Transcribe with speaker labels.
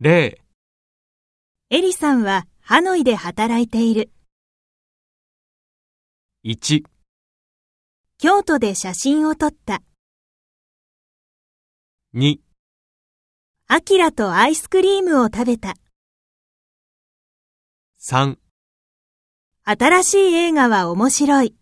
Speaker 1: 0、
Speaker 2: エリさんはハノイで働いている。
Speaker 1: 1、
Speaker 2: 京都で写真を撮った。
Speaker 1: 2、
Speaker 2: アキラとアイスクリームを食べた。
Speaker 1: 3
Speaker 2: 新しい映画は面白い。